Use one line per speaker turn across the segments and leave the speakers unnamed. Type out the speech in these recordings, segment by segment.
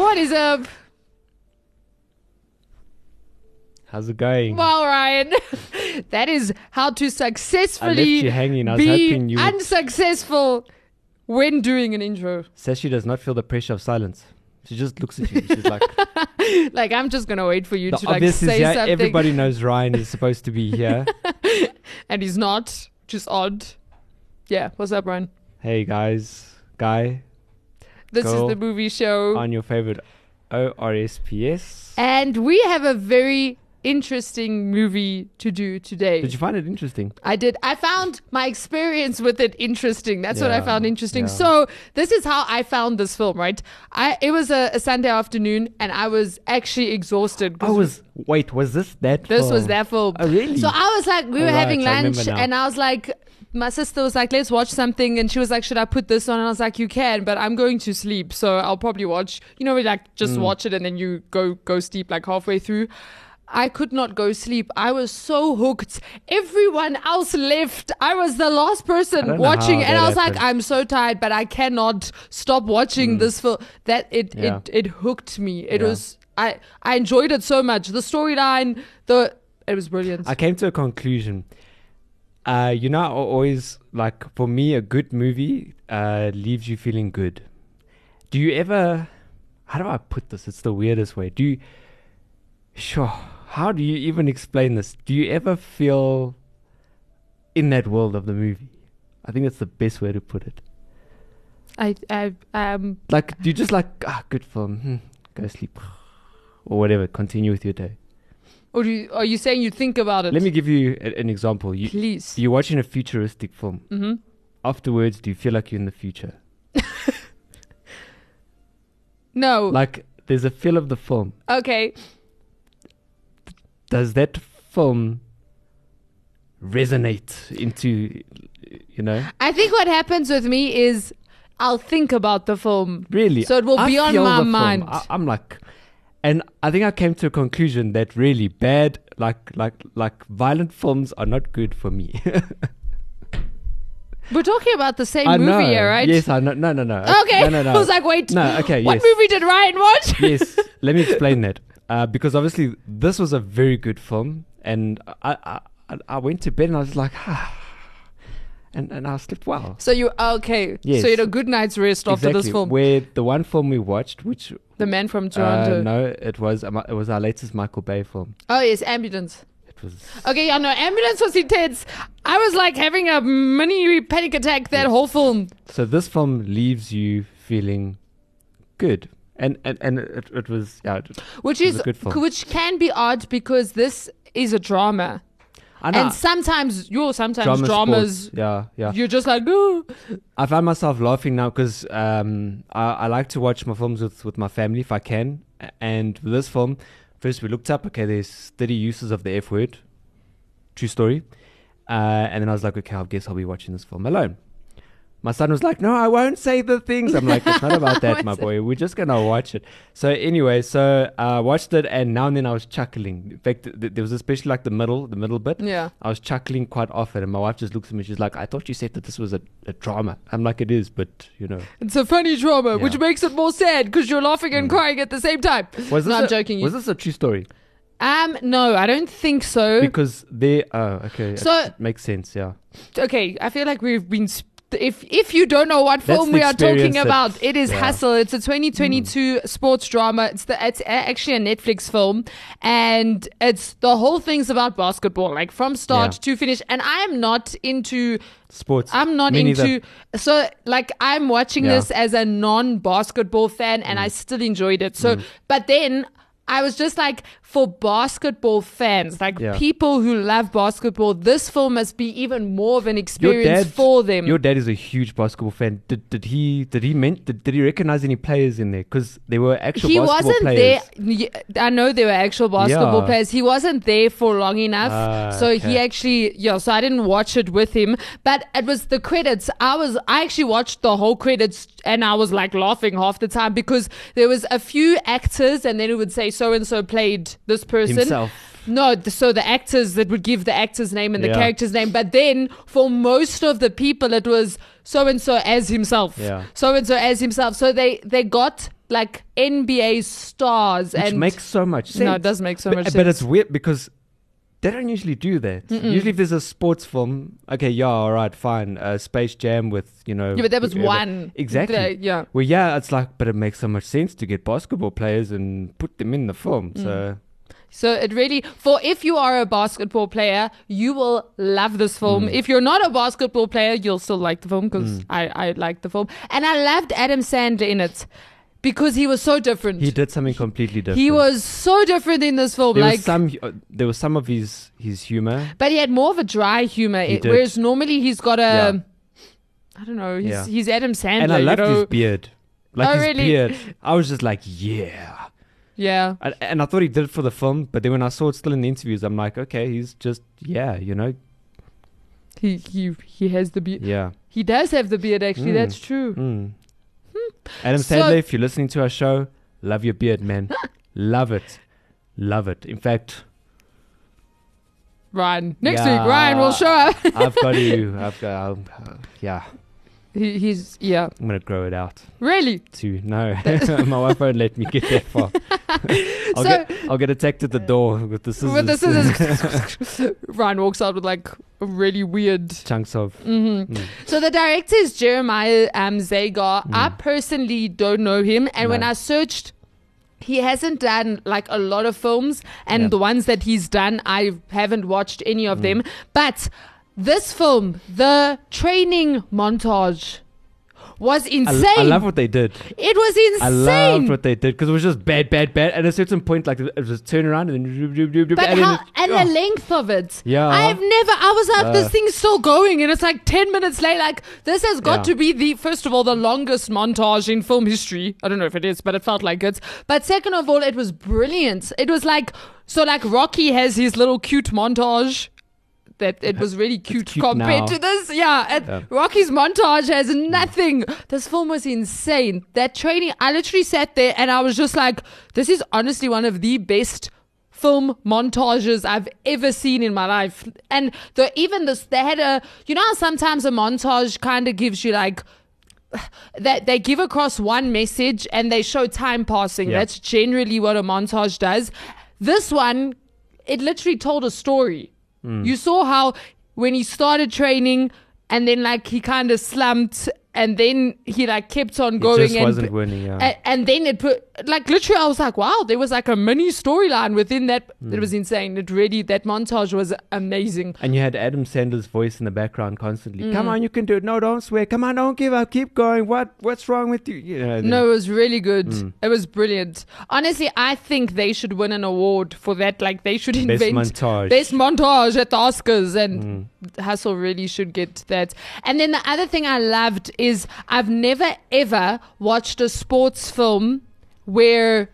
What is up?
How's it going?
Well, Ryan, that is how to successfully
you hanging. I was
be
hoping you would-
unsuccessful when doing an intro.
Says she does not feel the pressure of silence. She just looks at you. She's like,
Like I'm just gonna wait for you
the
to like
obvious
say
is yeah,
something,
everybody knows Ryan is supposed to be here.
and he's not. Just odd. Yeah. What's up, Ryan?
hey guys, guy
This
Go
is the movie show,
on your favorite ORSPS.
and we have a very interesting movie to do today.
Did you find it interesting?
I did. I found my experience with it interesting. That's what I
Yeah,
found interesting.
yeah.
So this is how I found this film, right? I it was a, a Sunday afternoon, and I was actually exhausted. 'cause
I was. Wait, was this that?
This was
film?
that film.
Oh, really?
So I was like, we were
Alright,
having
I remember
lunch,
now.
and I was like, my sister was like, let's watch something, and she was like, should I put this on? And I was like, you can, but I'm going to sleep, so I'll probably watch. You know, we like
Mm.
just watch it, and then you go go sleep like halfway through. I could not go sleep. I was so hooked. Everyone else left. I was the last person
don't know
watching,
how
and
that
I was like,
happened. Mm.
I'm so tired, but I cannot stop watching this film. That it
Yeah.
it it hooked me. It
Yeah.
was I I enjoyed it so much. The storyline, the it was brilliant.
I came to a conclusion. Uh, you know, I always like for me, a good movie uh, leaves you feeling good. Do you ever? How do I put this? It's the weirdest way. Do you? Sure. How do you even explain this? Do you ever feel in that world of the movie? I think that's the best way to put it.
I I um
Like, do you just like ah, good film, hmm, go sleep, or whatever. Continue with your day.
or do you, are you saying you think about it?
Let me give you a, an example. You,
please.
You're watching a futuristic film. Mm-hmm. Afterwards, do you feel like you're in the future?
no.
Like there's a feel of the film.
okay.
Does that film resonate into, you know?
I think what happens with me is I'll think about the film.
Really?
So it will
I
be on
feel
my
the film.
mind.
I, I'm like, and I think I came to a conclusion that really bad, like like like violent films are not good for me.
We're talking about the same
I
movie
know.
here, right?
Yes, I know. No, no, no.
Okay.
No, no, no.
I was like, wait.
No. Okay.
What
yes.
movie did Ryan watch?
yes, let me explain that. Uh, because obviously this was a very good film, and I I, I- I went to bed and I was like, ah, and and I slept well.
So you okay?
Yes.
So you had a good night's rest after this
Exactly.
film.
Where the one film we watched, which
the Man from Toronto.
uh, no, it was um, it was our latest Michael Bay film.
Oh yes, ambulance.
It was
Okay, yeah, no, ambulance was intense. I was like having a mini panic attack that whole film.
so this film leaves you feeling good, and and and it, it was yeah. It,
Which
It was
is
a good film.
which can be odd because this is a drama,
I know,
and sometimes you sometimes
drama
dramas
sports, yeah, yeah.
you're just like "Ooh."
I find myself laughing now because um, I, I like to watch my films with, with my family if I can. A- And with this film, first we looked up, okay, there's 30 uses of the F word. True story. Uh, and then I was like, okay, I guess I'll be watching this film alone. My son was like, no, I won't say the things. I'm like, it's not about that, my boy. We're just going to watch it. So, anyway, so I watched it, and now and then I was chuckling. In fact, th- th- there was especially like the middle, the middle bit.
Yeah.
I was chuckling quite often, and my wife just looks at me. She's like, "I thought you said that this was a, a drama." I'm like, "It is, but you know."
It's a funny drama, which
Yeah. Mm.
makes it more sad because you're laughing and crying at the same time.
Was
no,
i
I'm joking.
Was this a true story?
um, no, I don't think so.
Because they. Oh, okay.
Uh, So-
it makes sense. Yeah.
okay, I feel like we've been. Sp- if if you don't know what
That's
film
the
we are talking
experience that-
about, it is
yeah. Hmm.
Hustle. It's a 2022 sports drama. It's the it's a- actually a Netflix film, and it's the whole thing's about basketball, like from start
Yeah.
to finish. And I'm not into.
Sports.
I'm not
Me neither.
into so like I'm watching
Yeah. Mm.
this as a non basketball fan and I still enjoyed it. So but then I was just like, for basketball fans, like
Yeah.
people who love basketball, this film must be even more of an
Your
experience
dad,
for them.
Your dad is a huge basketball fan. Did, did he did he meant did, did he recognize any players in there? Because they were actual
he
basketball
wasn't
players.
there. y- I know there were actual basketball
Yeah.
players. He wasn't there for long enough,
Ah,
so he
okay.
actually yeah. So I didn't watch it with him, but it was the credits. I was I actually watched the whole credits and I was like laughing half the time because there was a few actors and then it would say so and so played this person.
Himself.
No, th- so the actors that would give the actor's name and the
Yeah.
character's name, but then for most of the people, it was so and so as himself
Yeah.
so and so as himself. So they they got like NBA stars
Which
and
makes so much sense.
No, it does make so
but,
much
But
sense.
it's weird because they don't usually do that. Usually, if there's a sports film, okay, yeah, all right, fine. Uh, Space Jam with, you know.
Yeah, but that was
whoever-
one.
Exactly.
The- yeah.
Well, yeah, it's like, but it makes so much sense to get basketball players and put them in the film.
Mm.
So,
so it really for if you are a basketball player, you will love this
Mm.
film. If you're not a basketball player, you'll still like the film because I I liked the film and I loved Adam Sandler in it because he was so different.
he did something completely different.
He was so different in this film.
There
like
was some. Uh, there was some of his his humor.
But he had more of a dry humor,
He
it-
did.
whereas normally he's got
Yeah.
a, I don't know, he's,
Yeah.
he's Adam Sandler.
and I
you
loved
know?
his beard. Like
Oh,
his
really?
beard, I was just like, yeah.
Yeah,
And, and I thought he did it for the film, but then when I saw it still in the interviews, I'm like, okay, he's just yeah, you know,
he he he has the beard.
yeah.
He does have the beard, actually.
Mm.
That's true.
Mm. Adam
Hmm. So-
Sandler, if you're listening to our show, love your beard, man. love it, love it. In fact,
Ryan, next
Yeah.
week, Ryan will show up.
I've got to, I've got, I'll- uh, yeah,
he, he's yeah,
I'm gonna grow it out
really.
too. No, my wife won't let me get that far.
So-
I'll, get, I'll get attacked at the door with the scissors.
But this is Ryan walks out with like a really weird
chunks of.
Mm. So the director is Jeremiah um, Zagar. I personally don't know him, and when
Hmm. No.
I searched. He hasn't done like a lot of films, and
Yeah. Hmm.
the ones that he's done, I haven't watched any of them. But this film, the training montage, was
I,
insane.
l- I love what they did.
it was insane.
I loved what they did because it was just bad, bad, bad. At a certain point, like it was just turn around and then. doop, doop, doop, doop,
But
and
how
then it-
and
oh.
the length of it.
Yeah.
I've never I was like, this
Uh.
thing's still going and it's like ten minutes late. Like this has got
Yeah.
to be the first of all, the longest montage in film history. I don't know if it is, but it felt like it. But second of all, it was brilliant. It was like so like Rocky has his little cute montage. That it was really cute,
cute
compared
now.
to this. Yeah, and
Yeah.
Rocky's montage has nothing. This film was insane. That training, I literally sat there and I was just like, this is honestly one of the best film montages I've ever seen in my life. And the, even this, they had a, you know, how sometimes a montage kind of gives you like, that they give across one message and they show time passing.
Yeah.
That's generally what a montage does. This one, it literally told a story.
Hmm.
You saw how when he started training and then like he kind of slumped and then he like kept on going
just
and
wasn't winning, yeah.
a- and then it put like literally I was like wow there was like a mini storyline within that
Hmm.
it was insane it really that montage was amazing
And you had Adam Sandler's voice in the background constantly.
Mm.
Come on, you can do it. No, don't swear. Come on, don't give up. Keep going. What What's wrong with you? you know, and
No, it was really good.
Mm.
It was brilliant. Honestly, I think they should win an award for that. Like they should invent
montage. Mm.
best montage at the Oscars, and Hassel really should get that. And then the other thing I loved is I've never ever watched a sports film where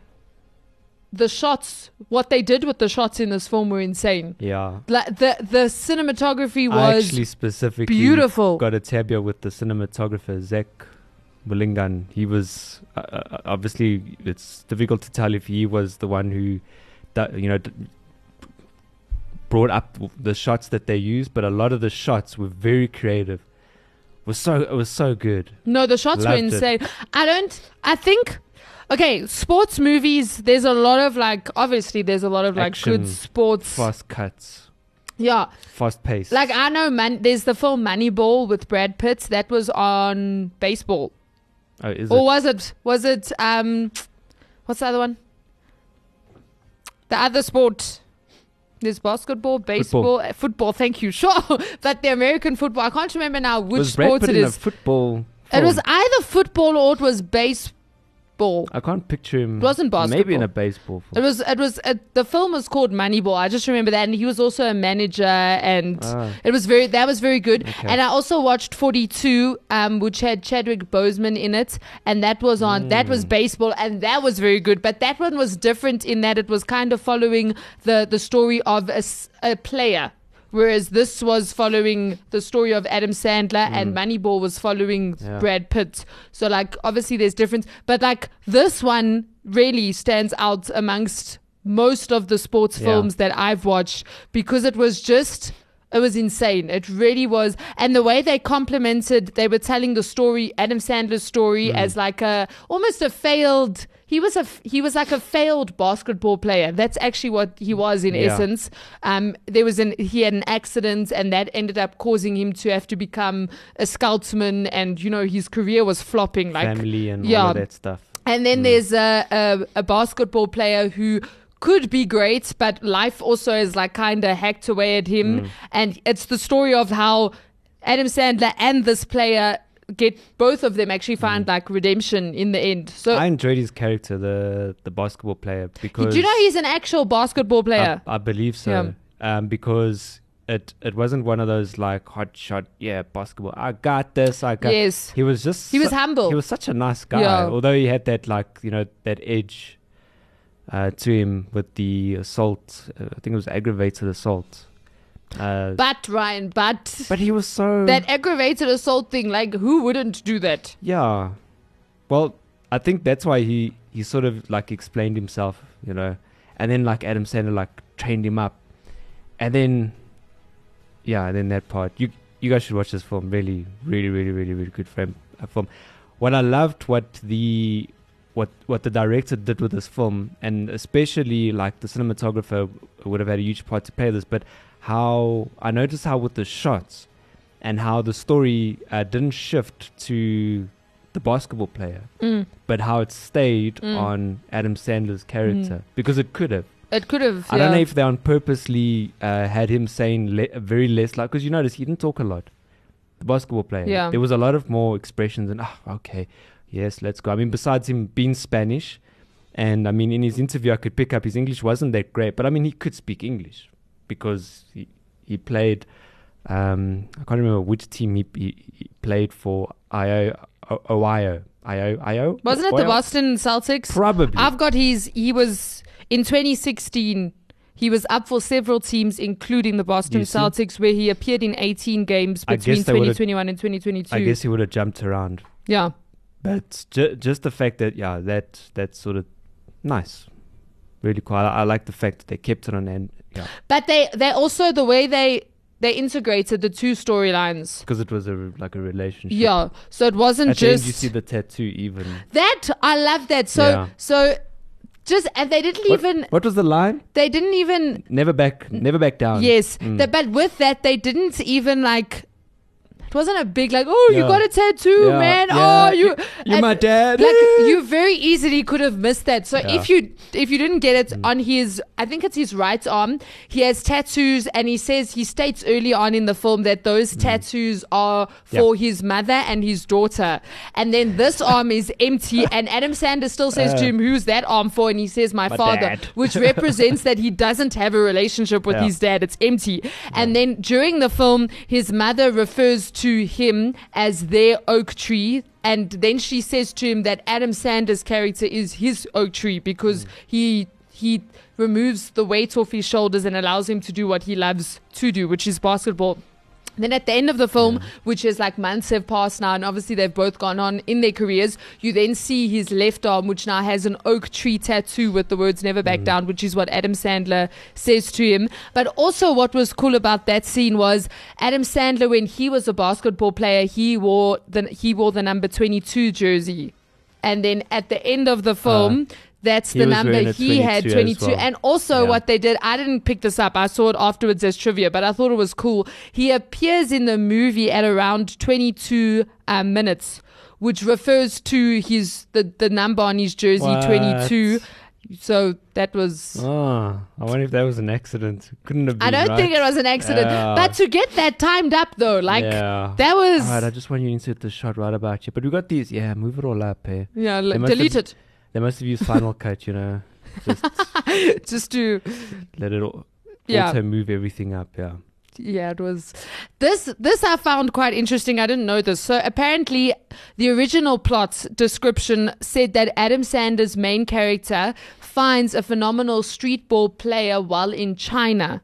the shots, what they did with the shots in this film, were insane.
then- yeah.
Like the the cinematography
I
was
actually specifically
beautiful.
got a tab here with the cinematographer, Zach Willingan. He was, uh, uh, obviously, it's difficult to tell if he was the one who, that, you know, d- brought up w- the shots that they used, but a lot of the shots were very creative. Was so it was so good.
No, the shots were
Loved it.
insane. I don't. I think. Okay, sports movies. There's a lot of like. Obviously, there's a lot of like
Action,
good sports.
Fast cuts,
Yeah,
fast pace.
like I know. Man, there's the film Moneyball with Brad Pitt. That was on baseball,
oh, is
or
it?
was it? Was it? Um, what's the other one? The other sport. There's basketball, baseball, uh, football. thank you. Sure, but the American football. I can't remember now which
was Brad
sports
Pitt
it
in
is.
a football?
It was
film?
either football or it was baseball. Ball.
I can't picture him.
It wasn't
Maybe in
basketball.
a baseball.
It
Film.
was. It was. uh the film was called Moneyball. I just remember that, and he was also a manager, and
Ah.
it was very. That was very good.
Okay.
And I also watched Forty Two, um, which had Chadwick Boseman in it, and that was on. That
Hmm.
was baseball, and that was very good. But that one was different in that it was kind of following the the story of a, s- a player. Whereas this was following the story of Adam Sandler and Moneyball was following
Mm. Yeah.
Brad Pitt. So like obviously there's difference, but like this one really stands out amongst most of the sports
Yeah.
films that I've watched because it was just it was insane. It really was. And the way they complemented, they were telling the story, Adam Sandler's story
Mm.
as like a almost a failed he was a f- he was like a failed basketball player. That's actually what he was in
Yeah.
essence. Um, there was an he had an accident, and that ended up causing him to have to become a scoutsman, and you know his career was flopping. Like,
Family and all
yeah.
of that Mm. stuff.
and then there's a, a a basketball player who could be great, but life also is like kind of hacked away at
Mm.
him, and it's the story of how Adam Sandler and this player get both of them actually find like redemption in the end. So.
Mm. I enjoyed his character, the the basketball player, because
do you know he's an actual basketball player?
I, I believe so. Um, because it it wasn't one of those like hot shot, yeah, basketball. I got this. I got.
Yes.
He was just.
He was
su-
humble.
He was such a nice guy,
Yeah.
although he had that like you know that edge uh, to him with the assault. Uh, I think it was aggravated assault. Uh,
but Ryan, but
but he was so
That aggravated assault thing, like who wouldn't do that?
Yeah. Well, I think that's why he he sort of like explained himself, you know, and then like Adam Sandler like trained him up, and then yeah, and then that part. You you guys should watch this film. Really, really, really, really, really good film. uh, film. What I loved what the what what the director did with this film, and especially like the cinematographer would have had a huge part to play this, but how I noticed how with the shots and how the story uh, didn't shift to the basketball player, but how it stayed on Adam Sandler's character because it could have.
It could have.
I don't know
yeah.
if they on purposely uh, had him saying le- very less, like because you notice he didn't talk a lot. The basketball player,
Yeah.
there was a lot of more expressions and ah, okay, yes, let's go. I mean, besides him being Spanish, and I mean, in his interview, I could pick up his English wasn't that great, but I mean, he could speak English because he he played. Um, I can't remember which team he, he, he played for. IO, O- Ohio, IO, IO.
Wasn't it the
Ohio?
Boston Celtics?
Probably.
I've got his. He was in 2016. He was up for several teams, including the Boston
You see?
Celtics, where he appeared in 18 games
I
between
guess they would've-
2021 and 2022.
I guess he would have jumped around.
Yeah.
But ju- just the fact that yeah, that that's sort of nice, really cool. I, I like the fact that they kept it on end, yeah,
But they they also the way they they integrated the two storylines.
because it was a re- like a relationship.
Yeah. So it wasn't
At the
just
end, you see the tattoo even.
that. I love that. So
Yeah.
so just and they didn't
What-
even
what, was the line?
they didn't even
Never back, never back down. Mm.
Yes, the- but with that, they didn't even like. It wasn't a big like, oh, you
Yeah.
got a tattoo,
Yeah,
man.
yeah.
Oh, you,
You're
and,
my dad.
Like you very easily could have missed that. So
Yeah. Mm.
if you if you didn't get it on his, I think it's his right arm. He has tattoos, and he says he states early on in the film that those
Mm.
tattoos are for his mother and his daughter. And then this arm is empty, and Adam Sanders still says to him, "Who's that arm for?" And he says, "My,
Uh. My
father,"
dad.
which represents that he doesn't have a relationship with
Yeah.
his dad. It's empty. And then during the film, his mother refers to him as their oak tree. And then she says to him that Adam Sanders' character is his oak tree
Hmm.
because he he removes the weight off his shoulders and allows him to do what he loves to do, which is basketball. Then at the end of the film, which is like months have passed now, and obviously they've both gone on in their careers, you then see his left arm, which now has an oak tree tattoo with the words never
Mm.
back down, which is what Adam Sandler says to him. But also, what was cool about that scene was Adam Sandler, when he was a basketball player, he wore the, he wore the number 22 jersey. And then at the end of the film, that's
Ah. he
the
was wearing
number
a
he had
22 as
22.
well.
And also,
Yeah.
what they did, I didn't pick this up. I saw it afterwards as trivia, but I thought it was cool. He appears in the movie at around 22 um, minutes, which refers to his the, the number on his jersey,
What?
22. So that was.
Ah, I wonder if that was an accident. Couldn't have been.
I don't
right?
think it was an accident.
Yeah.
But to get that timed up, though, like,
Yeah.
that was.
All right, I just want you to insert the shot right about you. But we got these. Yeah, move it all up here.
yeah,
They
like,
must have-
delete it.
They must have used Final Cut, you know, just
Just to
let it all,
Yeah.
auto move everything up. Yeah.
yeah, it was this this I found quite interesting. I didn't know this. So apparently the original plot description said that Adam Sanders' main character finds a phenomenal street ball player while in China.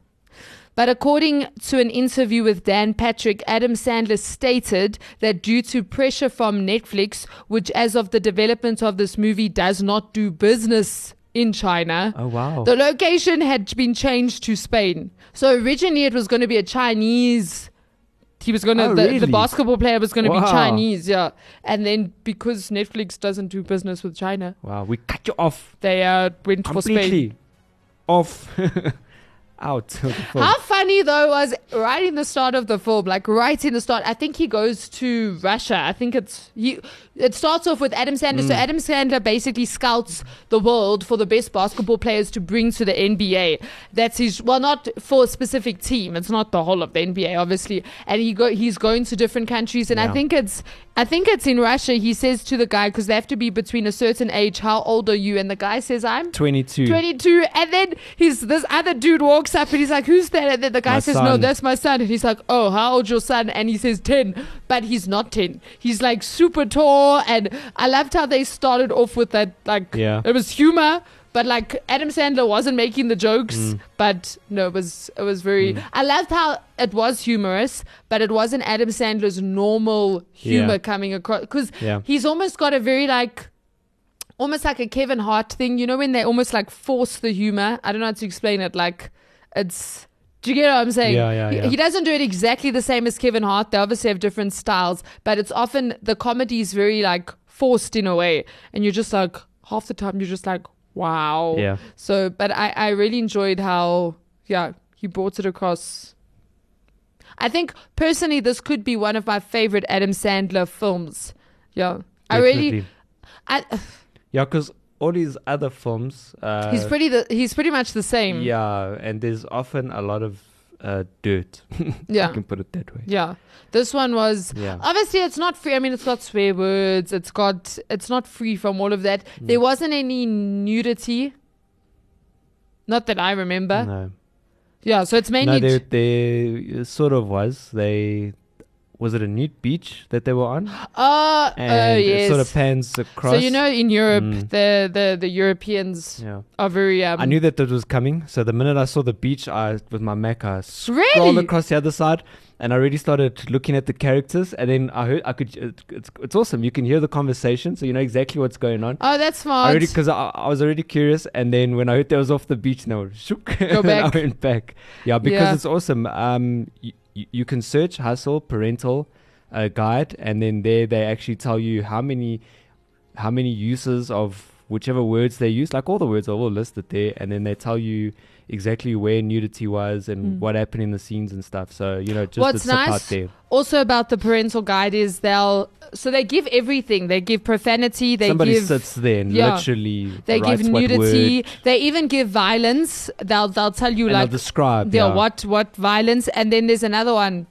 But according to an interview with Dan Patrick, Adam Sandler stated that due to pressure from Netflix, which as of the development of this movie does not do business in China.
Oh, wow.
The location had been changed to Spain. So originally it was going to be a Chinese he was going to
Oh,
the, the
really?
basketball player was going to be
Wow.
Chinese, yeah. And then because Netflix doesn't do business with China,
Wow. We cut you off
they uh, went for Spain.
completely. Off. Out. of the film.
How funny though was right in the start of the film, like right in the start. I think he goes to Russia. I think it's he. It starts off with Adam Sandler. So Adam Sandler basically scouts the world for the best basketball players to bring to the NBA. That's his. Well, not for a specific team. It's not the whole of the NBA, obviously. And he go. He's going to different countries, and I
Yeah.
think it's. I think it's in Russia. He says to the guy because they have to be between a certain age. How old are you? And the guy says, "I'm
22.
22 and then he's this other dude walks up and he's like who's that and then the guy
My
says no
son.
that's my son and he's like oh how old's your son and he says 10 but he's not 10 he's like super tall and i loved how they started off with that like
Yeah.
it was humor but like adam sandler wasn't making the jokes
Mm.
but no it was it was very i loved how it was humorous but it wasn't adam sandler's normal humor
Yeah.
coming across because
Yeah.
he's almost got a very like almost like a Kevin Hart thing, you know, when they almost like force the humor. I don't know how to explain it. Like, it's. Do you get what I'm saying?
Yeah, yeah,
He-
yeah.
He, doesn't do it exactly the same as Kevin Hart. They obviously have different styles, but it's often the comedy is very like forced in a way, and you're just like half the time you're just like, wow.
Yeah.
So, but I I really enjoyed how yeah he brought it across. I think personally this could be one of my favorite Adam Sandler films. Yeah. I really
Definitely.
I
Yeah, because all these other films. Uh,
He's pretty the he's pretty much the same. Yeah.
Yeah, and there's often a lot of uh, dirt.
Yeah.
you can put it that way.
This one was
Yeah.
obviously it's not free. I mean it's got swear words, it's got it's not free from all of that.
Mm.
There wasn't any nudity. Not that I remember.
No,
Yeah, so it's
no,
mainly
there, there sort of was. They was it a nude beach that they were on,
Oh,
and
oh
it
yes.
sort of pans across.
so you know in Europe
Mm.
the, the the Europeans
Yeah.
are very um,
I knew that that was coming. So the minute I saw the beach, I with my Mac, I scrolled
Really?
across the other side, and I already started looking at the characters. And then I heard I could. It, it's it's awesome. You can hear the conversation, so you know exactly what's going on.
Oh that's
I
smart.
already because I, I was already curious, and then when I heard that was off the beach, now shook. Go
back.
I went back. Yeah, because
Yeah.
it's awesome. Um, you, you can search hustle parental uh, guide, and then there they actually tell you how many how many uses of whichever words they use. Like all the words are all listed there, and then they tell you exactly where nudity was and what happened in the scenes and stuff. So you know, just
Hmm. What's
the tip out
nice
there.
also about the parental guide is they'll so they give everything. They give profanity, they
Somebody
give
sits there and
yeah.
literally
They
writes
give
what
nudity.
word,
They even give violence. They'll they'll tell you
and they'll
like
describe.
yeah,
yeah.
what what violence, and then there's another one.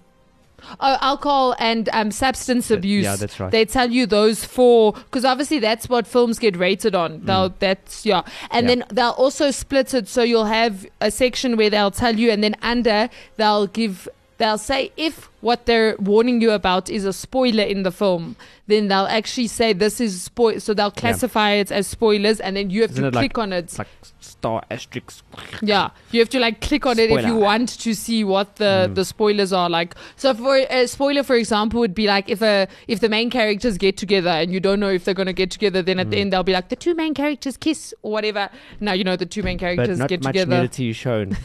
Oh, alcohol and um, substance abuse.
yeah, that's right.
They tell you those four because obviously that's what films get rated on. They'll that's yeah, and
Mm. Yeah.
then they'll also split it so you'll have a section where they'll tell you, and then under they'll give they'll say if what they're warning you about is a spoiler in the film, then they'll actually say this is spoil. So they'll classify it as spoilers, and then you have
Isn't
to
it like-
click on it.
It's like star asterisk.
Yeah, you have to like click on it if you
Spoiler. Mm.
want to see what the the spoilers are like. So for a spoiler, for example, would be like if a if the main characters get together and you don't know if they're gonna get together, then
Mm.
at the end they'll be like the two main characters kiss or whatever. Now you know the two main
But
characters
not
get
much
together.
nudity shown.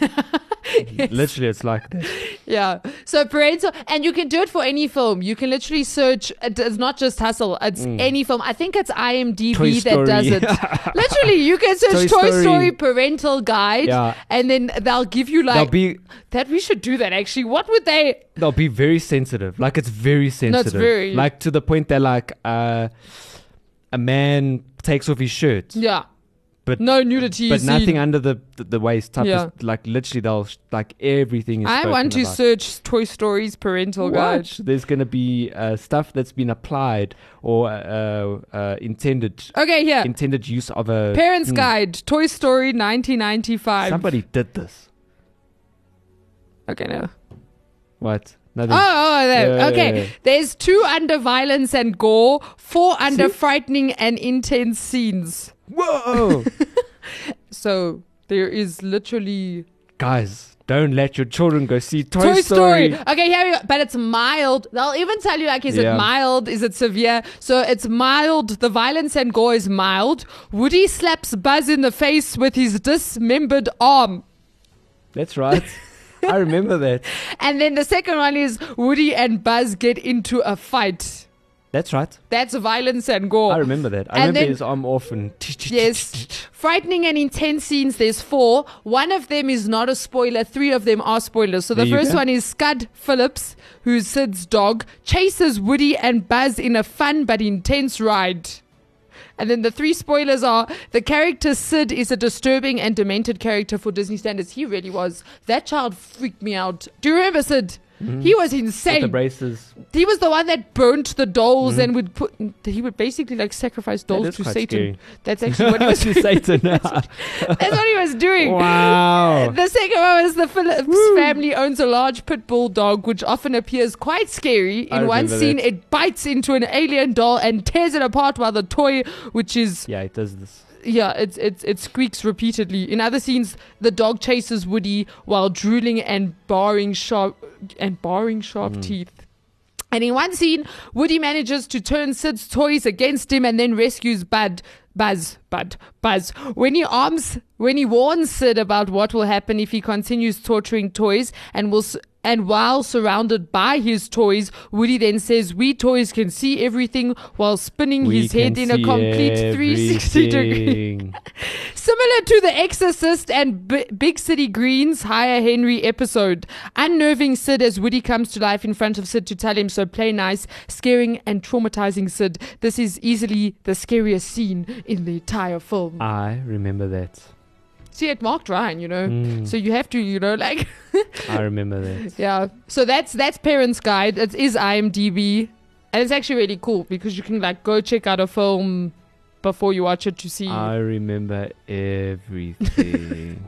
Literally, it's like that.
Yeah. So parental, and you can do it for any film. You can literally search. it- It's not just Hustle. It's any film. I think it's IMDb
Mm. Toy
that does
Story.
it. literally, you can search Toy,
Toy
Story.
Story.
parental guide,
Yeah.
and then they'll give you like
they'll be
That we should do that actually. What would they?
they'll be very sensitive. Like it's very sensitive.
very-
like to the point that like uh, a man takes off his shirt.
Yeah.
but
No nudity.
but
scene.
nothing under the the, the waist type.
Yeah.
Is, like literally, they'll sh- like everything is.
I
spoken
want to
about.
search Toy Story's parental guide.
Watch. There's going to be uh, stuff that's been applied or uh, uh, intended
Okay, here.
intended use of a
Uh, Parents
Mm.
Guide, Toy Story 1995.
Somebody did this.
Okay, no.
What?
Oh,
Nothing.
oh, there.
Hmm. Yeah,
okay.
yeah, yeah.
There's two under violence and gore, four under frightening and intense scenes.
Whoa,
So there is literally
guys! Don't let your children go see Toy,
Toy
Story.
Story. Okay, here we go. But it's mild. They'll even tell you like, is
Yeah.
it mild? Is it severe? So it's mild. The violence and gore is mild. Woody slaps Buzz in the face with his dismembered arm.
That's right. I remember that.
And then the second one is Woody and Buzz get into a fight.
That's right.
That's violence and gore.
I remember that. I
Oh. And
remember
then-
his arm off and
Yes. Frightening and intense scenes. There's four. One of them is not a spoiler. Three of them are spoilers. So the
There you
first
go.
one is Scud Phillips, who's Sid's dog, chases Woody and Buzz in a fun but intense ride. And then the three spoilers are the character Sid is a disturbing and demented character for Disney standards. He really was. That child freaked me out. Do you remember Sid? He was
Mm-hmm. With the
insane.
braces.
He was the one that burnt the dolls and would put. He would basically like sacrifice dolls
Mm-hmm. is
to
quite
Satan.
scary.
That's actually what he was
To
doing.
Satan.
That's what he was doing.
wow.
The second one is the Phillips family owns a large pit bull dog, which often appears quite scary.
I
In one
remember
scene,
that.
it bites into an alien doll and tears it apart, while the toy, which is
Yeah, it does this.
yeah, it's it's it squeaks repeatedly. In other scenes, the dog chases Woody while drooling and barring sharp and barring sharp
Mm.
teeth. And in one scene, Woody manages to turn Sid's toys against him and then rescues Bud. Buzz, Bud, Buzz. When he arms, when he warns Sid about what will happen if he continues torturing toys, and will, s- and while surrounded by his toys, Woody then says, "We toys can see everything," while spinning
We
his head
can
in a
see
complete 360 degree.
everything.
Similar to the Exorcist and B- Big City Greens Higher Henry episode, unnerving Sid as Woody comes to life in front of Sid to tell him so play nice, scaring and traumatizing Sid. This is easily the scariest scene in the entire film.
I remember that.
See, it marked Ryan, you know, so you have to, you know, like
I remember that.
yeah. So that's that's Parents Guide. It is IMDb, and it's actually really cool because you can like go check out a film before you watch it to see.
I remember everything.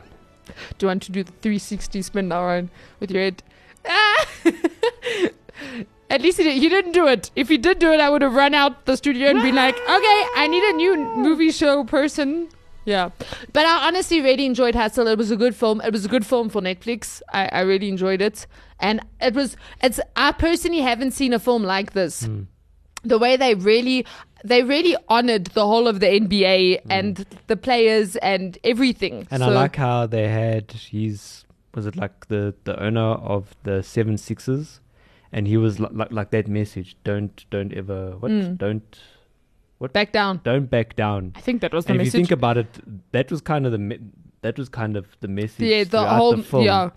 Do you want to do the 360 spin now, Ryan, with your head? Ah! At least he, did, he didn't do it. If he did do it, I would have run out the studio and been like, okay, I need a new movie show person. Yeah. But I honestly really enjoyed Hustle. It was a good film. It was a good film for Netflix. I, I really enjoyed it. And it was, it's, I personally haven't seen a film like this
Hmm.
the way they really they really honored the whole of the NBA and the players and everything.
Hmm. and I
So-
like how they had his was it like the the owner of the seven sixes, and he was like like, like that message. Don't don't ever what
Hmm.
don't
back down.
don't back down.
I think that was the
And if you
message.
think about it, that was kind of the me- that was kind of the message.
Yeah, the
throughout
whole-
the film.
yeah.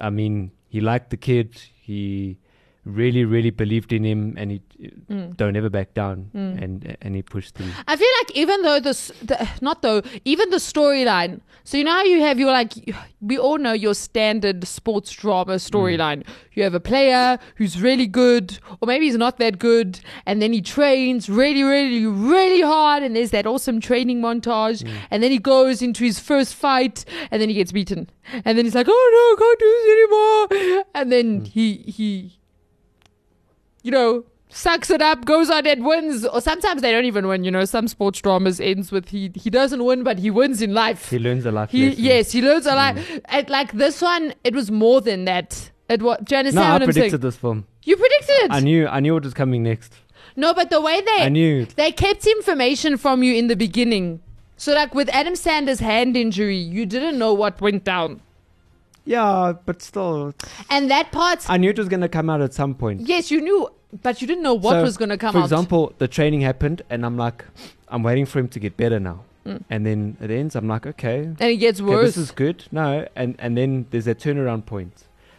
I mean, he liked the kid. He really, really believed in him, and he
Hmm.
don't ever back down. And and he pushed through.
I feel like even though this, the not though, even the storyline. So you know how you have your like, we all know your standard sports drama
Mm.
storyline. You have a player who's really good, or maybe he's not that good, and then he trains really, really, really hard, and there's that awesome training montage,
Mm.
and then he goes into his first fight, and then he gets beaten, and then he's like, oh no, I can't do this anymore, and
Mm.
then he he you know, sucks it up, goes on and wins. Or sometimes they don't even win. You know, some sports dramas ends with he he doesn't win, but he wins in life.
He Mm. learns a lot.
He- yes, he learns a lot. And like this one, it was more than that. It was. Do you
No,
understand
I
what I'm saying?
predicted this film.
You predicted it.
I knew. I knew what was coming next.
no, but the way they
I knew.
they kept information from you in the beginning. So like with Adam Sanders' hand injury, you didn't know what went down,
Yeah, but still,
and that part,
I knew it was going to come out at some point.
yes, you knew, but you didn't know what
So,
was going to come
For
out.
example, the training happened, and I'm like, I'm waiting for him to get better now.
Mm.
And then it ends. I'm like, okay,
and it gets
Okay,
worse.
this is good. No, and and then there's a turnaround point.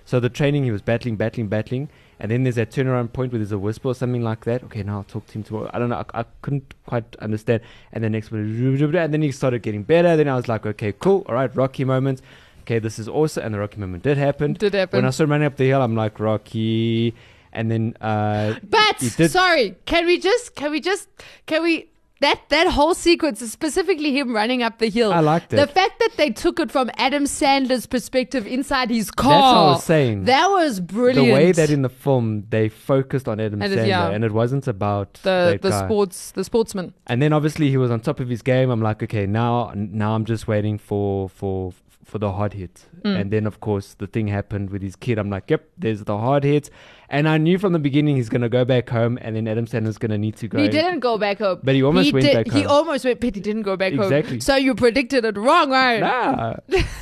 So the training, he was battling, battling, battling, and then there's that turnaround point where there's a whisper or something like that. Okay, now I'll talk to him tomorrow. I don't know. I, I couldn't quite understand. And the next one, and then he started getting better. Then I was like, okay, cool. All right, Rocky moments. Okay, this is awesome. And the Rocky moment did happen.
Did happen.
When I started running up the hill, I'm like, Rocky. And then, uh,
But
he did-
sorry, can we just can we just can we that that whole sequence is specifically him running up the hill.
I liked
The
it.
fact that they took it from Adam Sandler's perspective inside his car.
what I was saying.
That was brilliant.
the way that in the film they focused on Adam
It is,
Sandler,
yeah.
and it wasn't about
the
that
the
guy.
sports the sportsman.
And then obviously he was on top of his game. I'm like, okay, now now I'm just waiting for for for the hard hit.
Mm.
And then of course the thing happened with his kid. I'm like, yep, there's the hard hit. And I knew from the beginning he's gonna go back home, and then Adam Sandler's gonna need to go.
He
and-
didn't go back home.
But he almost went
did-
back
He
home.
almost went, but he didn't go back home.
Exactly.
So you predicted it wrong, right?
Nah.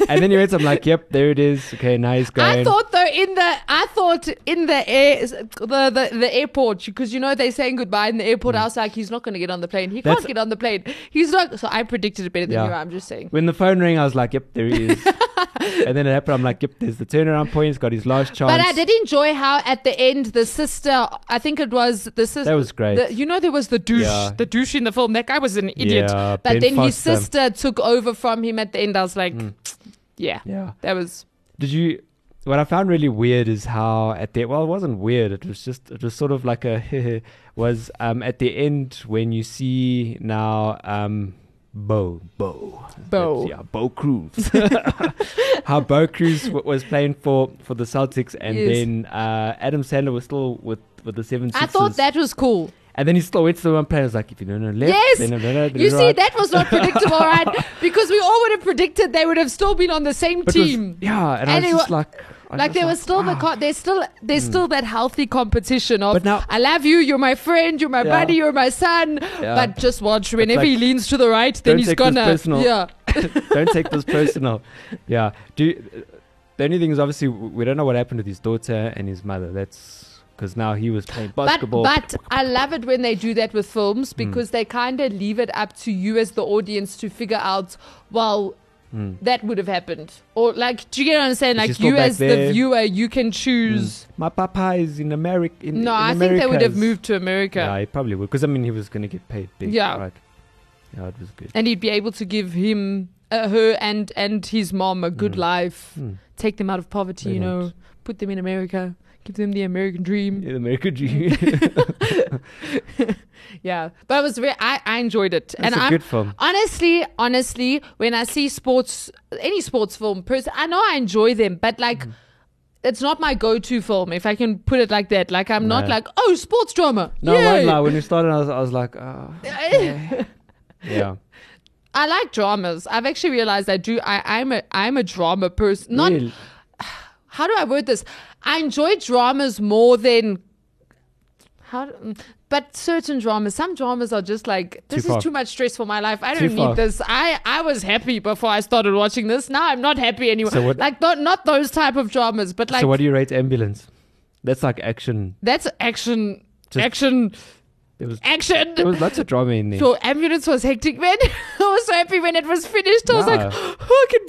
and then he went. I'm like, yep, there it is. Okay, now he's going.
I thought though in the I thought in the air the the, the airport because you know they're saying goodbye in the airport. I was like, he's not going to get on the plane. He
Mm. That's-
can't get on the plane. He's not. So I predicted it better than
Yeah.
you. I'm just saying.
when the phone rang, I was like, yep, there he is. and then it happened. I'm like, yep, there's the turnaround point. He's got his last chance.
But I did enjoy how at the end the sister. I think it was the sister.
That was great.
you know there was the douche,
Yeah.
the douche in the film. That guy was an idiot.
Yeah,
but
Ben
then his
Foster.
sister took over from him at the end. I was like, yeah,
Yeah.
that was
Did you? What I found really weird is how at the well, it wasn't weird. It was just it was sort of like a was um at the end when you see now um Bo Bo
Bo.
yeah Bo Cruz how Bo Cruz w- was playing for for the Celtics and
Yes.
then uh Adam Sandler was still with with the seven
I thought that was cool.
and then he still went to the one player and was like if you don't know left
Yes,
then don't know
you see
right.
that was not predictable, right? Because we all would have predicted they would have still been on the same
But it was-
team.
yeah and, I
And
was
it
just
wa-
like "Ah." I
Like there was still the
wow.
co- there's still there's still that healthy competition of
But now-
I love you, you're my friend, you're my
Yeah.
buddy, you're my son.
Yeah.
But just watch whenever
like,
he leans to the right, then
don't
he's
take this
gonna
personal.
yeah.
don't take this personal. Yeah. Do the only thing is obviously w- we don't know what happened with his daughter and his mother. That's because now he was playing
But
basketball. Hmm.
but I love it when they do that with films because they kind of leave it up to you as the audience to figure out well.
Hmm.
That would have happened, or like, do you get what I'm saying?
If
Like,
she's still
you
back
as the
there. Hmm.
viewer, you can choose.
my papa is in America. In,
No,
in
I think they would have
Americas.
moved to America.
Yeah, he probably would. Because I mean, he was going to get paid big.
Yeah.
Right. Yeah, it was good.
and he'd be able to give him uh, her and and his mom a good
Mm.
life take them out of poverty you know
Brilliant.
put them in america give them the american dream yeah,
In America, dream.
but it was very i, I enjoyed it
That's
and
a
i
good film.
honestly honestly when i see sports any sports film person i know i enjoy them but like
Mm.
It's not my go-to film, if I can put it like that. Like I'm not
No.
like, oh, sports drama.
No, I won't
Yay.
lie. When we started, I was, I was like, oh, okay. yeah.
I like dramas. I've actually realized I do. I, I'm a I'm a drama person. Not
Really?
how do I word this? I enjoy dramas more than how, do- but certain dramas. Some dramas are just like this
far.
is too much stress for my life. I
Too
don't need
far.
this. I I was happy before I started watching this. Now I'm not happy anymore.
So what-
like not not those type of dramas, but like
so, what do you rate Ambulance? That's like action.
that's action,
Just-
action,
There was
action.
there was lots of drama in there.
Your ambulance was hectic, man. I was so happy when it was finished. I was
Nah.
like, oh, I can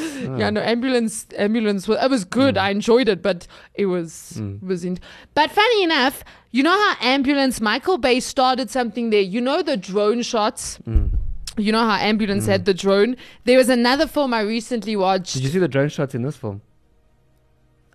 breathe. Yeah, no, ambulance, ambulance. Was, it was good.
Mm.
I enjoyed it, but it was was in. But funny enough, you know how ambulance Michael Bay started something there. You know the drone shots.
Mm.
You know how ambulance had the drone. There was another film I recently watched.
Did you see the drone shots in this film?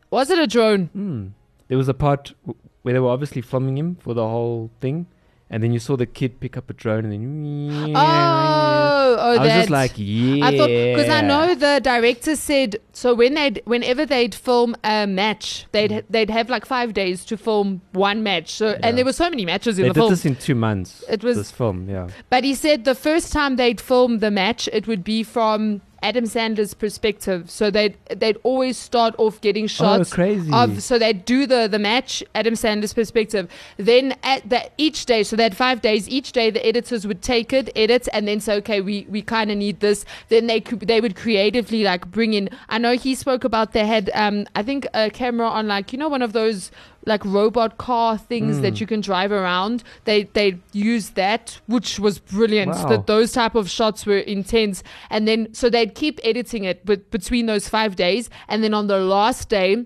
was it a drone?
There was a part w- where they were obviously filming him for the whole thing, and then you saw the kid pick up a drone, and then
Oh, oh,
I was
that.
just like, yeah,
I thought because I know the director said so when they would whenever they'd film a match they'd
Mm.
they'd have like five days to film one match so and there were so many matches in
they
the
did
film
this in two months.
It was-
this film, yeah.
but he said the first time they'd film the match it would be from Adam Sandler's perspective so they'd they'd always start off getting shots
Oh, crazy.
of so they'd do the the match Adam Sandler's perspective then at the each day so they had five days each day the editors would take it edit and then say okay we we kind of need this then they could they would creatively like bring in I know he spoke about they had um I think a camera on like you know one of those like robot car things that you can drive around they they used that which was brilliant
Wow.
that those type of shots were intense and then so they'd keep editing it but between those five days and then on the last day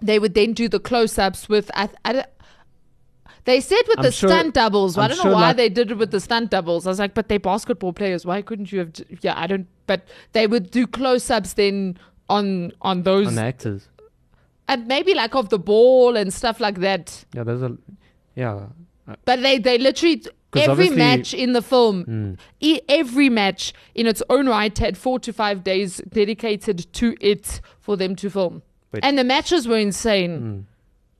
they would then do the close ups with. I, I, don't- they said with
I'm
the
sure-
stunt doubles. I
I'm
don't
sure,
know why
like-
they did it with the stunt doubles. I was like, but they're basketball players. Why couldn't you have? j- Yeah, I don't. But they would do close ups then on on those
on the actors.
and maybe like of the ball and stuff like that.
Yeah, those are. Yeah, uh,
But they they literally
'Cause
every
obviously- Hmm.
match in the film, e- every match in its own right had four to five days dedicated to it for them to film,
Wait. Hmm.
and the matches were insane.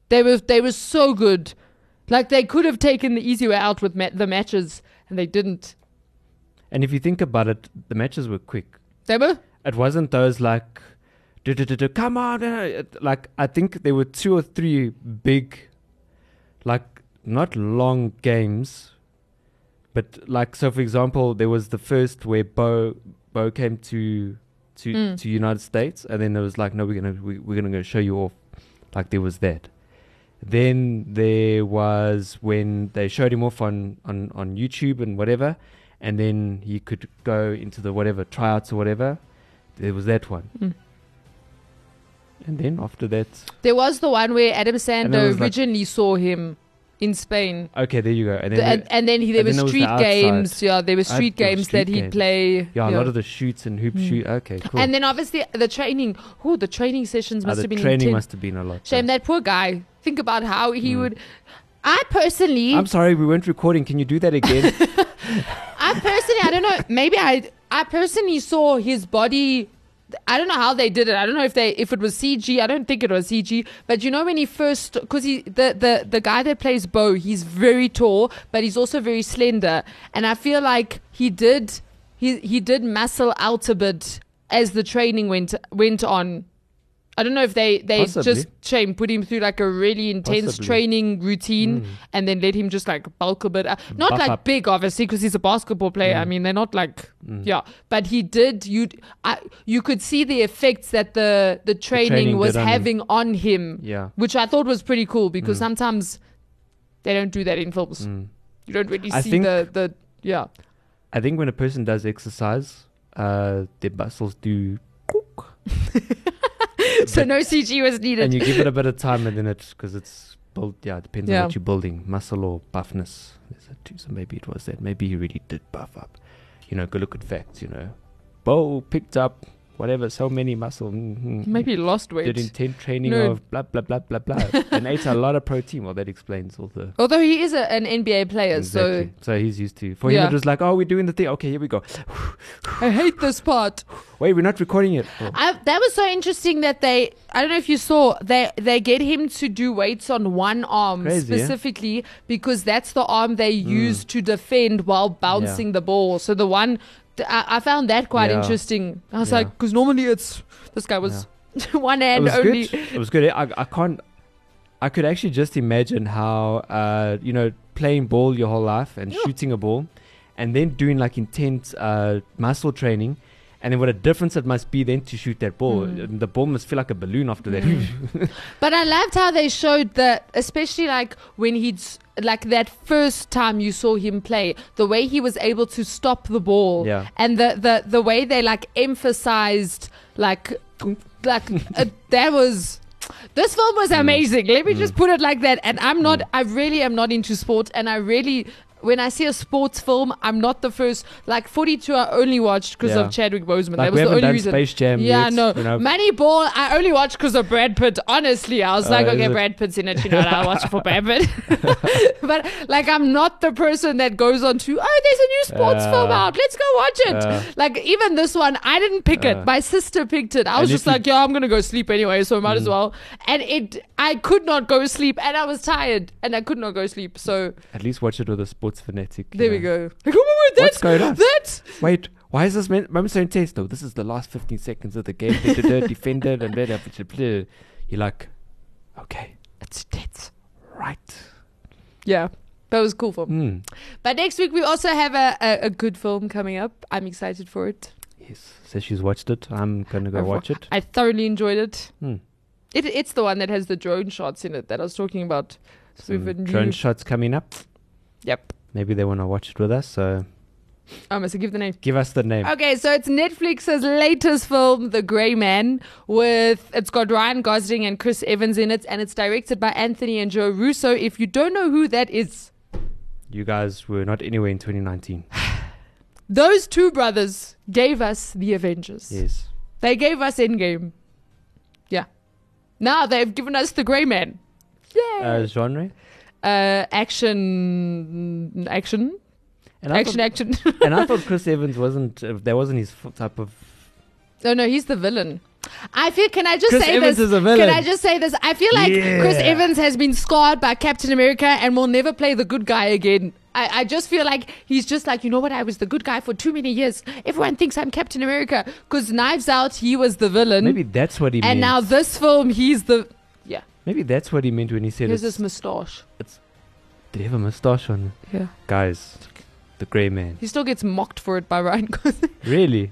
They were they were so good, like they could have taken the easy way out with ma- the matches, and they didn't.
and if you think about it, the matches were quick.
They were
It wasn't those like, "Du- du- du- du, come on, uh," it- like I think there were two or three big, like not long games, but like so. For example, there was the first where Bo Bo came to to to United States, and then there was like, no, we're gonna we, we're gonna go show you off. Like there was that. Then there was when they showed him off on, on, on YouTube and whatever, and then he could go into the whatever tryouts or whatever. There was that one.
Hmm.
And then after that,
there was the one where Adam
then it was
Sandler
like-
originally saw him in Spain.
okay, there you go. And then,
The- and,
we-
and then he, there
and
were
then there was the
street games.
outside.
Yeah, there were
Ah,
street
there were
games
street
that he'd
games.
play.
yeah, a lot of the shoots and hoop shoot. Okay, cool.
Hmm. And then obviously the training. Oh, the training sessions
Ah,
must
the
have been
training
intense.
must have been a lot.
Shame
yeah.
that poor guy. Think about how he would. I personally,
I'm sorry, we weren't recording. Can you do that again?
I personally, I don't know. Maybe I, I personally saw his body. I don't know how they did it. I don't know if they, if it was CG. I don't think it was CG. But you know when he first, because he, the, the the guy that plays Bo, he's very tall, but he's also very slender. And I feel like he did, he he did muscle out a bit as the training went went on. I don't know if they they
Possibly.
just shame put him through like a really intense
Possibly.
training routine and then let him just like bulk a bit. Uh, Not
Buff
like
Mm. up. Mm.
big, obviously, because he's a basketball player. I mean, they're not like yeah. But he did. You you could see the effects that the the training,
training
was
did on him.
having on him.
Yeah. Mm.
which I thought was pretty cool because sometimes they don't do that in films. You don't really
I
see
think-
the the yeah.
I think when a person does exercise, uh, their muscles do
So no CG was needed.
and you give it a bit of time and then it's because it's built yeah it depends
Yeah.
on what you're building muscle or buffness is that too so maybe it was that maybe he really did buff up you know go look at facts you know bo picked up whatever so many muscle mhm,
Maybe he lost
did
weight.
intense training
No.
of blah blah blah blah blah and ate a lot of protein well that explains all the
Although he is a, an NBA player, so
Exactly. So he's used to. For him,
Yeah.
it was like, oh, we're doing the thing. Okay, here we go.
I hate this part.
Wait, we're not recording it. Oh,
I, that was so interesting that they I don't know if you saw they they get him to do weights on one arm
Crazy, eh? Mm.
specifically because that's the arm they use to defend while bouncing the ball. So the one th- I, I found that quite
Yeah.
interesting. I was
Yeah.
like, because normally it's this guy was one hand
it was
only.
good. It was good. I, I can't. I could actually just imagine how uh, you know playing ball your whole life and shooting a ball, and then doing like intense uh, muscle training, and then what a difference it must be then to shoot that ball.
Mm.
And The ball must feel like a balloon after that.
But I loved how they showed that, especially like when he'd s- like that first time you saw him play, the way he was able to stop the ball,
Yeah.
and the the the way they like emphasized like like uh, that was. This film
Mm.
was amazing. Let me just put it like that. And I'm not, I really am not into sport. And I really, when I see a sports film, I'm not the first. Like 42, I only watched because
Yeah.
of Chadwick Boseman.
Like,
that
we
was the
haven't
only
done
reason.
Space Jam
Yeah,
yet,
no.
you know.
Moneyball, I only watched because of Brad Pitt. Honestly, I was like,
Uh, is
okay,
it?
Brad Pitt's in it. You know, I'll watch it for Brad Pitt. but like, I'm not the person that goes on to, oh, there's a new sports
Uh,
film out. Let's go watch it.
uh.
like, even this one, I didn't pick
Uh.
it. My sister picked it. I was
And
just
if you- Mm.
like, yeah, I'm going to go sleep anyway, so I might as well. And it, I could not go sleep and I was tired and I could not go sleep. So
At least watch it with a sports fanatic. you
there we
know.
go. Like, oh my word,
What's
that's,
going on?
That's,
Wait, why is this men- moment so intense? No, this is the last 15 seconds of the game. Defender and blah, blah, blah, blah. You're like, okay,
that's, that's,
right.
yeah. That was cool for me.
Hmm.
But next week we also have a, a, a good film coming up. I'm excited for it.
Yes, says she's watched it. I'm gonna go
I've-
watch it.
I thoroughly enjoyed it.
Hmm.
It it's the one that has the drone shots in it that I was talking about. So we've
Some
a new-
drone shots Mm, coming up.
Yep.
Maybe they want to watch it with us. So
Oh, must I give the name?
Give us the name.
Okay, so it's Netflix's latest film, The Grey Man, with it's got Ryan Gosling and Chris Evans in it, and it's directed by Anthony and Joe Russo. If you don't know who that is,
You guys were not anywhere in 2019.
those two brothers gave us the Avengers.
Yes.
They gave us Endgame. Yeah. Now they've given us The Grey Man.
Uh,
Yay!
genre?
Uh, action, mm, action,
And I
action,
thought,
action.
and I thought Chris Evans wasn't. Uh, that wasn't his f- type of.
Oh, No, no, he's the villain. I feel. Can I just
Chris
say
Evans
this?
is a villain.
Can I just say this? I feel like
Yeah.
Chris Evans has been scarred by Captain America and will never play the good guy again. I, I just feel like he's just like you know what? I was the good guy for too many years. Everyone thinks I'm Captain America because Knives Out, he was the villain,
Maybe that's what he meant.
and now this film, he's the yeah.
Maybe that's what he meant when he said
Here's
it's,
his moustache.
they have a mustache on.
Yeah,
Guys, the grey man.
he still gets mocked for it by Ryan Gosling.
Really?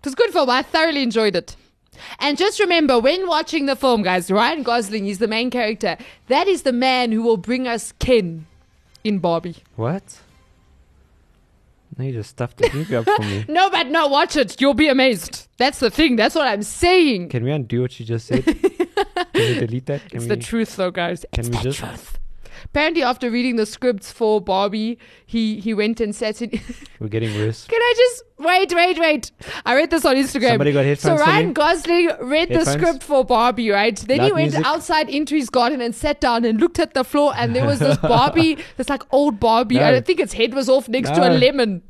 It was good film. I thoroughly enjoyed it. And just remember, when watching the film, guys, Ryan Gosling is the main character. That is the man who will bring us Ken in Barbie.
What? Now you just stuffed the ink up for me.
No, but no, watch it. You'll be amazed. That's the thing. That's what I'm saying.
Can we undo what you just said? Can we delete that? Can
it's the
we,
truth, though, guys.
Can
It's
we
the
just-
truth. Apparently, after reading the scripts for Barbie, he he went and sat in.
We're getting worse.
Can I just wait, wait, wait? I read this on Instagram.
Somebody got headphones,
So Ryan
Sonny?
Gosling read the
Headphones?
script for Barbie, right? Then he
Loud
went
music?
outside into his garden and sat down and looked at the floor, and there was this Barbie, this like old Barbie.
No.
I don't think its head was off next to a
No.
lemon.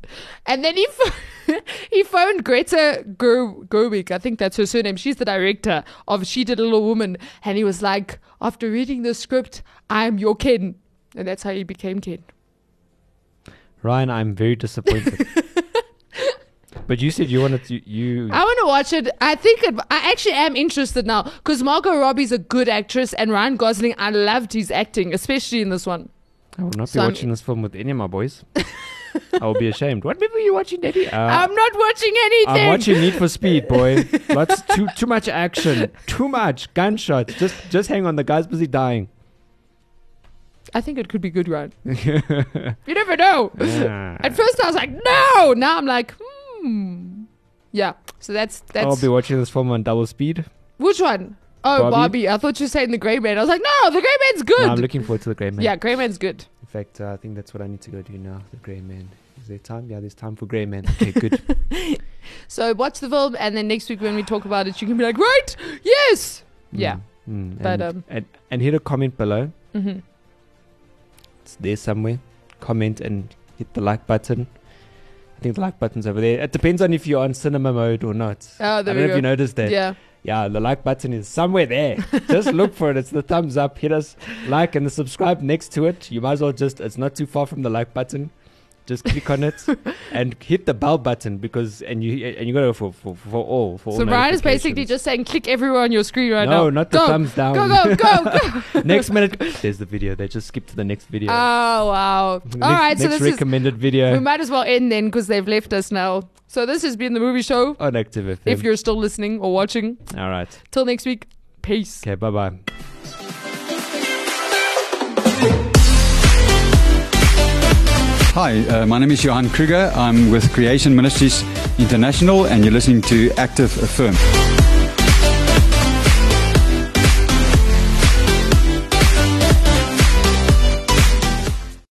And then he pho- he phoned Greta Ger- Gerwig, I think that's her surname. She's the director of She Did a Little Woman, and he was like, after reading the script, I'm your Ken, and that's how he became Ken.
Ryan, I'm very disappointed. but you said you wanted to. You.
I want to watch it. I think it, I actually am interested now because Margot Robbie's a good actress, and Ryan Gosling. I loved his acting, especially in this one.
I will not
So
be
I'm-
watching this film with any of my boys. I will be ashamed. What movie are you watching, Daddy? Uh,
I'm not watching anything.
I'm watching Need for Speed, boy. Lots too too much action, too much gunshots. Just just hang on, the guy's busy dying.
I think it could be good, Ryan. you never know. At first, I was like, no. Now I'm like, hmm. Yeah. So that's
I'll
that's
be watching this film on double speed.
which one? Oh, Barbie.
Barbie.
I thought you were saying the Grey Man. I was like, no, the Grey Man's good.
No, I'm looking forward to the Grey Man.
yeah, Grey Man's good.
In fact, uh, I think that's what I need to go do now. The Grey Man. Is there time? Yeah, there's time for Grey Man. Okay, good.
So watch the film, and then next week when we talk about it, you can be like, right, yes, yeah.
Mm, mm,
But,
and,
um,
and and hit a comment below.
hmm
It's there somewhere. Comment and hit the like button. I think the like button's over there. It depends on if you're on cinema mode or not.
Oh,
I
there we
don't know
go.
if you noticed that.
Yeah.
Yeah, the like button is somewhere there. just look for it. It's the thumbs up. Hit us like and the subscribe next to it. You might as well just, it's not too far from the like button. Just click on it and hit the bell button because, and you and you gotta go for, for, for all. For
So
all
Brian is basically
notifications.
just saying, click everywhere on your screen right now.
No, not the
go,
thumbs down.
Go, go, go, go.
next minute, there's the video. They just skip to the next video.
Oh, wow. All
next,
right, so
next
this is.
recommended video
We might as well end then because they've left us now. So this has been the movie show.
on Active FM.
If you're still listening or watching,
all right.
till next week, peace.
Okay, bye bye.
Hi, uh, my name is Johan Kruger. I'm with Creation Ministries International, and you're listening to Active Affirm.